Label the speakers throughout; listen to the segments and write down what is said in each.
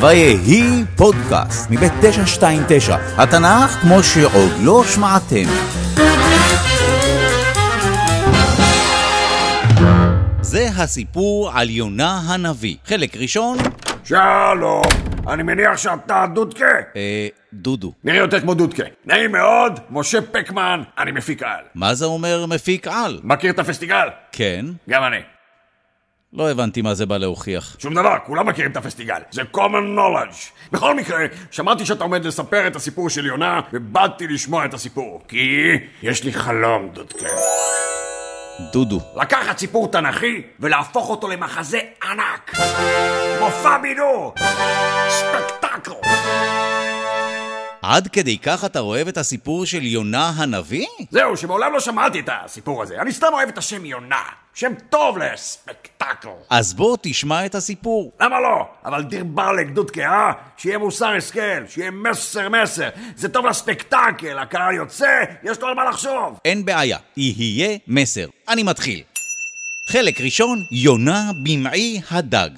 Speaker 1: ויהי פודקאסט מבית 929, התנ"ך כמו שעוד לא שמעתם. זה הסיפור על יונה הנביא. חלק ראשון,
Speaker 2: שלום, אני מניח שאתה דודקה?
Speaker 1: אה, דודו.
Speaker 2: נראה יותר כמו דודקה. נעים מאוד, משה פקמן, אני מפיק על.
Speaker 1: מה זה אומר מפיק על?
Speaker 2: מכיר את הפסטיגל?
Speaker 1: כן,
Speaker 2: גם אני.
Speaker 1: לא הבנתי מה זה בא להוכיח.
Speaker 2: שום דבר, כולם מכירים את הפסטיגל. זה common knowledge. בכל מקרה, שמעתי שאתה עומד לספר את הסיפור של יונה, ובאתי לשמוע את הסיפור. כי יש לי חלום, דודקה.
Speaker 1: דודו.
Speaker 2: לקחת סיפור תנכי ולהפוך אותו למחזה ענק. מופע בידור! ספקטקל!
Speaker 1: עד כדי כך אתה אוהב את הסיפור של יונה הנביא?
Speaker 2: זהו, שמעולם לא שמעתי את הסיפור הזה. אני סתם אוהב את השם יונה. שם טוב לספקטקל.
Speaker 1: אז בוא תשמע את הסיפור.
Speaker 2: למה לא? אבל דיר באלק דודקה, אה? שיהיה מוסר השכל, שיהיה מסר מסר. זה טוב לספקטקל, הקהל יוצא, יש לו על מה לחשוב.
Speaker 1: אין בעיה, יהיה מסר. אני מתחיל. חלק ראשון, יונה במעי הדג.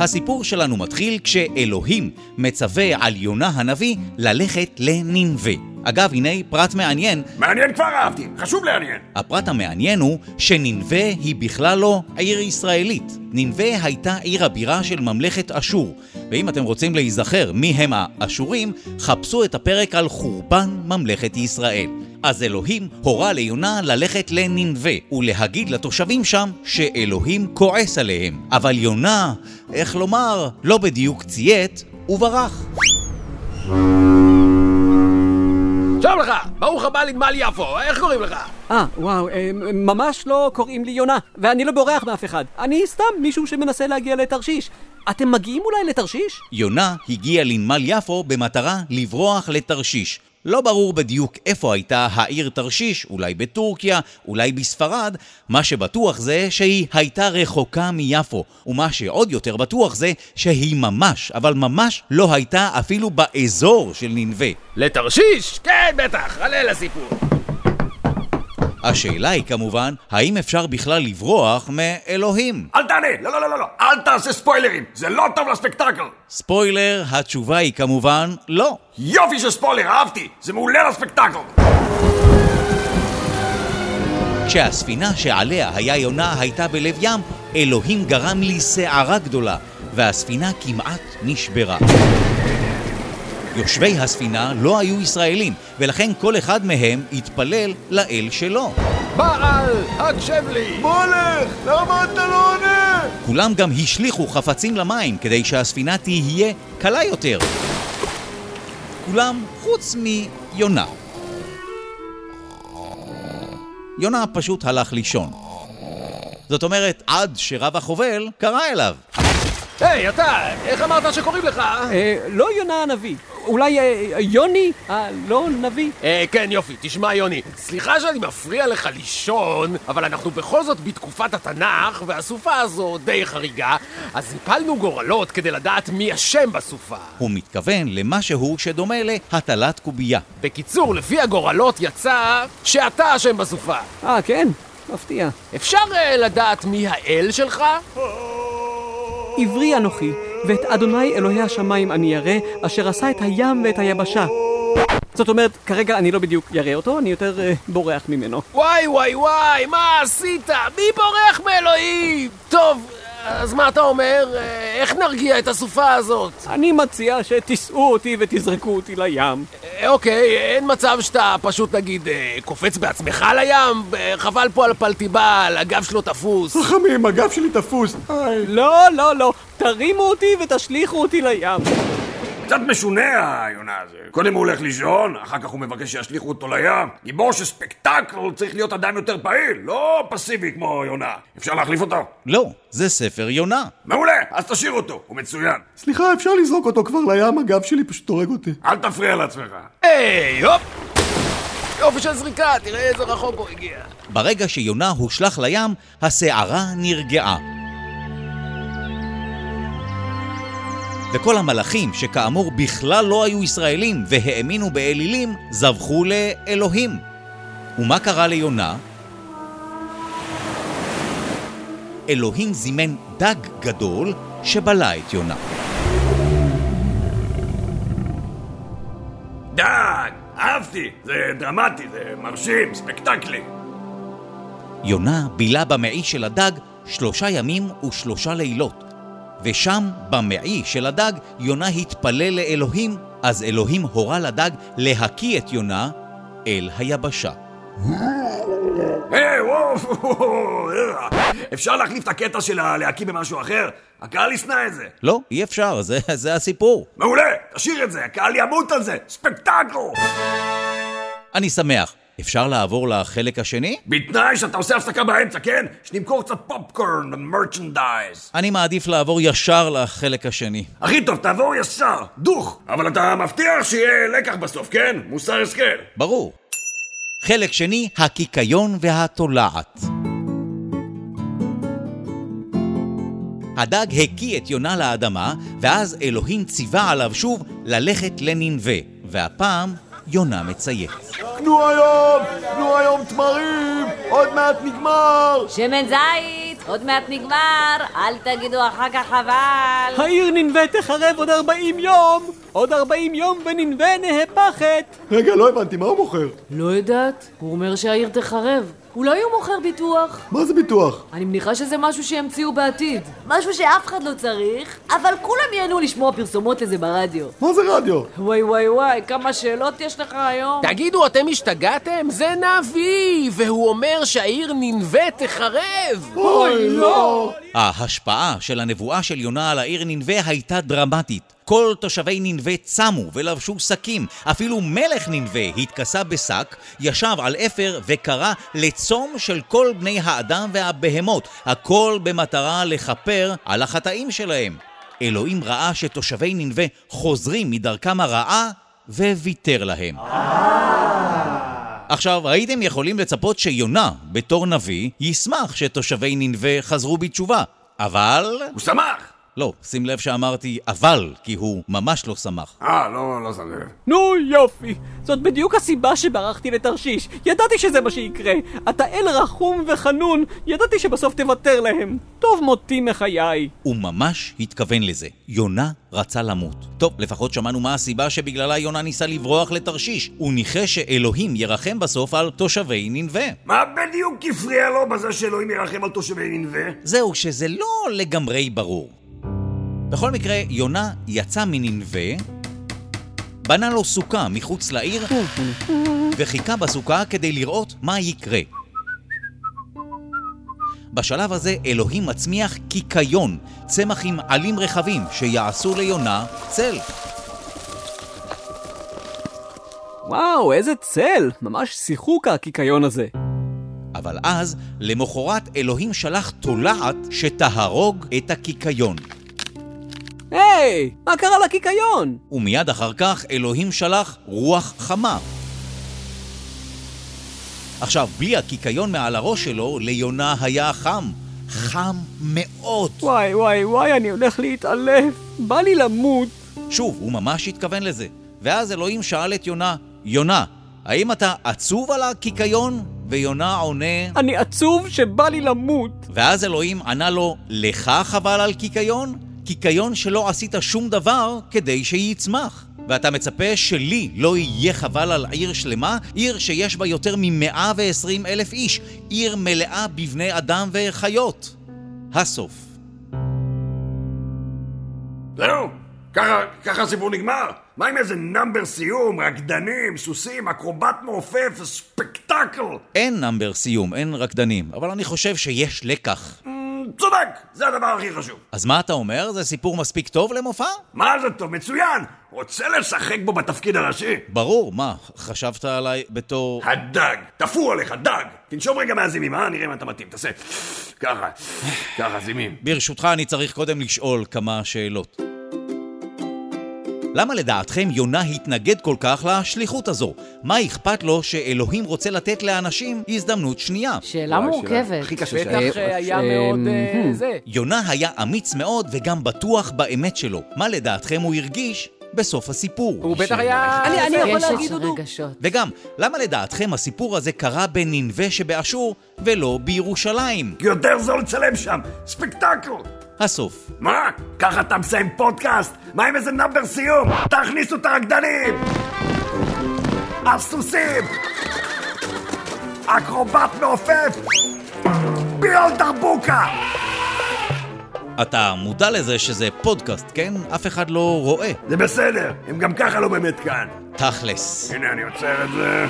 Speaker 1: הסיפור שלנו מתחיל כשאלוהים מצווה על יונה הנביא ללכת לנינווה. אגב, הנה פרט מעניין,
Speaker 2: מעניין כבר אהבתי, חשוב לעניין.
Speaker 1: הפרט המעניין הוא שנינווה היא בכלל לא עיר ישראלית. נינווה הייתה עיר הבירה של ממלכת אשור, ואם אתם רוצים להיזכר מי הם האשורים, חפשו את הפרק על חורבן ממלכת ישראל. אז אלוהים הורה ליונה ללכת לנינווה ולהגיד לתושבים שם שאלוהים כועס עליהם. אבל יונה, איך לומר, לא בדיוק ציית וברח.
Speaker 3: שלום לך, ברוך הבא לנמל יפו, איך קוראים לך?
Speaker 4: אה, וואו, אה, ממש לא קוראים לי יונה, ואני לא בורח מאף אחד. אני סתם מישהו שמנסה להגיע לתרשיש. אתם מגיעים אולי לתרשיש?
Speaker 1: יונה הגיע לנמל יפו במטרה לברוח לתרשיש. לא ברור בדיוק איפה הייתה העיר תרשיש, אולי בטורקיה, אולי בספרד, מה שבטוח זה שהיא הייתה רחוקה מיפו, ומה שעוד יותר בטוח זה שהיא ממש, אבל ממש לא הייתה אפילו באזור של ננבה.
Speaker 3: לתרשיש? כן, בטח, עלה לסיפור.
Speaker 1: השאלה היא כמובן, האם אפשר בכלל לברוח מאלוהים?
Speaker 2: אל תענה, לא, לא, לא, לא, לא, אל תעשה ספוילרים, זה לא טוב לספקטקל.
Speaker 1: ספוילר, התשובה היא כמובן לא.
Speaker 2: יופי של ספוילר, אהבתי, זה מעולה לספקטקל.
Speaker 1: כשהספינה שעליה היה יונה הייתה בלב ים, אלוהים גרם לי סערה גדולה, והספינה כמעט נשברה. יושבי הספינה לא היו ישראלים, ולכן כל אחד מהם התפלל לאל שלו.
Speaker 3: בעל, הקשב לי!
Speaker 1: כולם גם השליכו חפצים למים כדי שהספינה תהיה קלה יותר. כולם חוץ מיונה. יונה פשוט הלך לישון. זאת אומרת, עד שרב החובל קרא אליו.
Speaker 3: היי, אתה, איך אמרת שקוראים לך?
Speaker 4: אה, לא יונה הנביא, אולי אה, יוני הלא נביא?
Speaker 3: אה, כן, יופי, תשמע, יוני. סליחה שאני מפריע לך לישון, אבל אנחנו בכל זאת בתקופת התנ"ך, והסופה הזו די חריגה, אז הפלנו גורלות כדי לדעת מי אשם בסופה.
Speaker 1: הוא מתכוון למשהו שדומה להטלת קובייה.
Speaker 3: בקיצור, לפי הגורלות יצא שאתה אשם בסופה.
Speaker 4: אה, כן? מפתיע.
Speaker 3: אפשר אה, לדעת מי האל שלך?
Speaker 4: עברי אנוכי, ואת אדוני אלוהי השמיים אני ירא, אשר עשה את הים ואת היבשה. זאת אומרת, כרגע אני לא בדיוק ירא אותו, אני יותר אה, בורח ממנו.
Speaker 3: וואי וואי וואי, מה עשית? מי בורח מאלוהים? טוב, אז מה אתה אומר? אה, איך נרגיע את הסופה הזאת?
Speaker 4: אני מציע שתישאו אותי ותזרקו אותי לים.
Speaker 3: אה, אוקיי, אין מצב שאתה פשוט נגיד אה, קופץ בעצמך לים? אה, חבל פה על פלטיבל, הגב שלו תפוס.
Speaker 2: חמים, הגב שלי תפוס. היי.
Speaker 4: לא, לא, לא, תרימו אותי ותשליכו אותי לים.
Speaker 2: קצת משונה היונה הזה. קודם הוא הולך לישון, אחר כך הוא מבקש שישליכו אותו לים. גיבור של ספקטקל צריך להיות אדם יותר פעיל, לא פסיבי כמו יונה. אפשר להחליף אותו?
Speaker 1: לא, זה ספר יונה.
Speaker 2: מעולה, אז תשאיר אותו, הוא מצוין.
Speaker 5: סליחה, אפשר לזרוק אותו כבר לים? הגב שלי פשוט הורג אותי.
Speaker 2: אל תפריע לעצמך.
Speaker 3: היי, הופ! יופי של זריקה, תראה איזה רחוק הוא הגיע.
Speaker 1: ברגע שיונה הושלך לים, הסערה נרגעה. וכל המלאכים, שכאמור בכלל לא היו ישראלים והאמינו באלילים, זבחו לאלוהים. ומה קרה ליונה? אלוהים זימן דג גדול שבלע את יונה.
Speaker 2: דג, אהבתי, זה דרמטי, זה מרשים, ספקטקלי.
Speaker 1: יונה בילה במעי של הדג שלושה ימים ושלושה לילות. ושם, במעי של הדג, יונה התפלל לאלוהים, אז אלוהים הורה לדג להקיא את יונה אל היבשה.
Speaker 2: היי, וואו, וואו, אה. אפשר להחליף את הקטע של הלהקיא במשהו אחר? הקהל ישנא את זה.
Speaker 1: לא, אי אפשר, זה, זה הסיפור.
Speaker 2: מעולה, תשאיר את זה, הקהל ימות על זה, ספקטקל!
Speaker 1: אני שמח. אפשר לעבור לחלק השני?
Speaker 2: בתנאי שאתה עושה הפסקה באמצע, כן? שנמכור קצת פופקורן ומרצ'נדייז.
Speaker 1: אני מעדיף לעבור ישר לחלק השני.
Speaker 2: הכי טוב, תעבור ישר, דוך. אבל אתה מבטיח שיהיה לקח בסוף, כן? מוסר השכל.
Speaker 1: ברור. חלק שני, הקיקיון והתולעת. הדג הקיא את יונה לאדמה, ואז אלוהים ציווה עליו שוב ללכת לנינווה, והפעם יונה מציית.
Speaker 5: קנו היום! קנו היום תמרים! עוד מעט נגמר!
Speaker 6: שמן זית, עוד מעט נגמר, אל תגידו אחר כך חבל.
Speaker 4: העיר ננבה תחרב עוד 40 יום! עוד 40 יום וננבה נהפכת!
Speaker 5: רגע, לא הבנתי, מה הוא מוכר?
Speaker 6: לא יודעת, הוא אומר שהעיר תחרב. אולי הוא לא מוכר ביטוח?
Speaker 5: מה זה ביטוח?
Speaker 6: אני מניחה שזה משהו שימציאו בעתיד. משהו שאף אחד לא צריך, אבל כולם ייהנו לשמוע פרסומות לזה ברדיו.
Speaker 5: מה זה רדיו?
Speaker 6: וואי וואי וואי, כמה שאלות יש לך היום?
Speaker 3: תגידו, אתם השתגעתם? זה נביא! והוא אומר שהעיר ננבה תחרב!
Speaker 5: אוי, לא!
Speaker 1: ההשפעה של הנבואה של יונה על העיר נינווה הייתה דרמטית. כל תושבי נינווה צמו ולבשו שקים. אפילו מלך נינווה התכסה בשק, ישב על אפר וקרא לצום של כל בני האדם והבהמות, הכל במטרה לכפר על החטאים שלהם. אלוהים ראה שתושבי נינווה חוזרים מדרכם הרעה וויתר להם. עכשיו, הייתם יכולים לצפות שיונה, בתור נביא, ישמח שתושבי נינווה חזרו בתשובה. אבל...
Speaker 2: הוא שמח!
Speaker 1: לא, שים לב שאמרתי אבל, כי הוא ממש לא שמח.
Speaker 2: אה, לא, לא שם לב.
Speaker 4: נו יופי! זאת בדיוק הסיבה שברחתי לתרשיש. ידעתי שזה מה שיקרה. אתה אל רחום וחנון, ידעתי שבסוף תוותר להם. טוב מותי מחיי.
Speaker 1: הוא ממש התכוון לזה. יונה רצה למות. טוב, לפחות שמענו מה הסיבה שבגללה יונה ניסה לברוח לתרשיש. הוא ניחש שאלוהים ירחם בסוף על תושבי נינווה.
Speaker 2: מה בדיוק הפריע לו בזה שאלוהים ירחם על תושבי נינווה?
Speaker 1: זהו, שזה לא לגמרי ברור. בכל מקרה, יונה יצא מנינווה, בנה לו סוכה מחוץ לעיר, וחיכה בסוכה כדי לראות מה יקרה. בשלב הזה אלוהים מצמיח קיקיון, צמח עם עלים רחבים שיעשו ליונה צל.
Speaker 4: וואו, איזה צל! ממש שיחוק הקיקיון הזה.
Speaker 1: אבל אז, למחרת אלוהים שלח תולעת שתהרוג את הקיקיון.
Speaker 4: היי! מה קרה לקיקיון?
Speaker 1: ומיד אחר כך אלוהים שלח רוח חמה. עכשיו, בלי הקיקיון מעל הראש שלו, ליונה היה חם. חם מאוד.
Speaker 4: וואי וואי וואי, אני הולך להתעלף. בא לי למות.
Speaker 1: שוב, הוא ממש התכוון לזה. ואז אלוהים שאל את יונה, יונה, האם אתה עצוב על הקיקיון? ויונה עונה,
Speaker 4: אני עצוב שבא לי למות.
Speaker 1: ואז אלוהים ענה לו, לך חבל על קיקיון? קיקיון שלא עשית שום דבר כדי שיצמח. ואתה מצפה שלי לא יהיה חבל על עיר שלמה, עיר שיש בה יותר מ-120 אלף איש, עיר מלאה בבני אדם וחיות. הסוף.
Speaker 2: זהו, ככה, ככה הסיפור נגמר. מה עם איזה נאמבר סיום, רקדנים, סוסים, אקרובט מעופף, ספקטקל?
Speaker 1: אין נאמבר סיום, אין רקדנים, אבל אני חושב שיש לקח.
Speaker 2: אמ, צודק, זה הדבר הכי חשוב.
Speaker 1: אז מה אתה אומר? זה סיפור מספיק טוב למופע?
Speaker 2: מה זה טוב, מצוין! רוצה לשחק בו בתפקיד הראשי?
Speaker 1: ברור, מה, חשבת עליי בתור...
Speaker 2: הדג, תפור עליך, דג! תנשום רגע מהזימים, אה? נראה אם אתה מתאים, תעשה ככה, ככה, זימים.
Speaker 1: ברשותך, אני צריך קודם לשאול כמה שאלות. למה לדעתכם יונה התנגד כל כך לשליחות הזו? מה אכפת לו שאלוהים רוצה לתת לאנשים הזדמנות שנייה?
Speaker 6: שאלה מורכבת.
Speaker 3: בטח היה מאוד... אה, זה.
Speaker 1: יונה היה אמיץ מאוד וגם בטוח באמת שלו. מה לדעתכם הוא הרגיש בסוף הסיפור.
Speaker 3: הוא בטח היה...
Speaker 4: אני- אני יכול
Speaker 6: קשת
Speaker 4: להגיד,
Speaker 6: של
Speaker 4: דודו?
Speaker 6: רגשות.
Speaker 1: וגם, למה לדעתכם הסיפור הזה קרה בנינווה שבאשור ולא בירושלים?
Speaker 2: כי יותר זול לצלם שם, ספקטקל!
Speaker 1: הסוף.
Speaker 2: מה? ככה אתה מסיים פודקאסט? מה עם איזה נאמבר סיום? תכניסו את הרקדנים! הסוסים! אקרובט מעופף! בירול דרבוקה!
Speaker 1: אתה מודע לזה שזה פודקאסט, כן? אף אחד לא רואה.
Speaker 2: זה בסדר, הם גם ככה לא באמת כאן.
Speaker 1: תכלס.
Speaker 2: הנה אני עוצר את זה.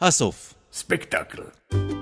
Speaker 1: הסוף.
Speaker 2: ספקטקל.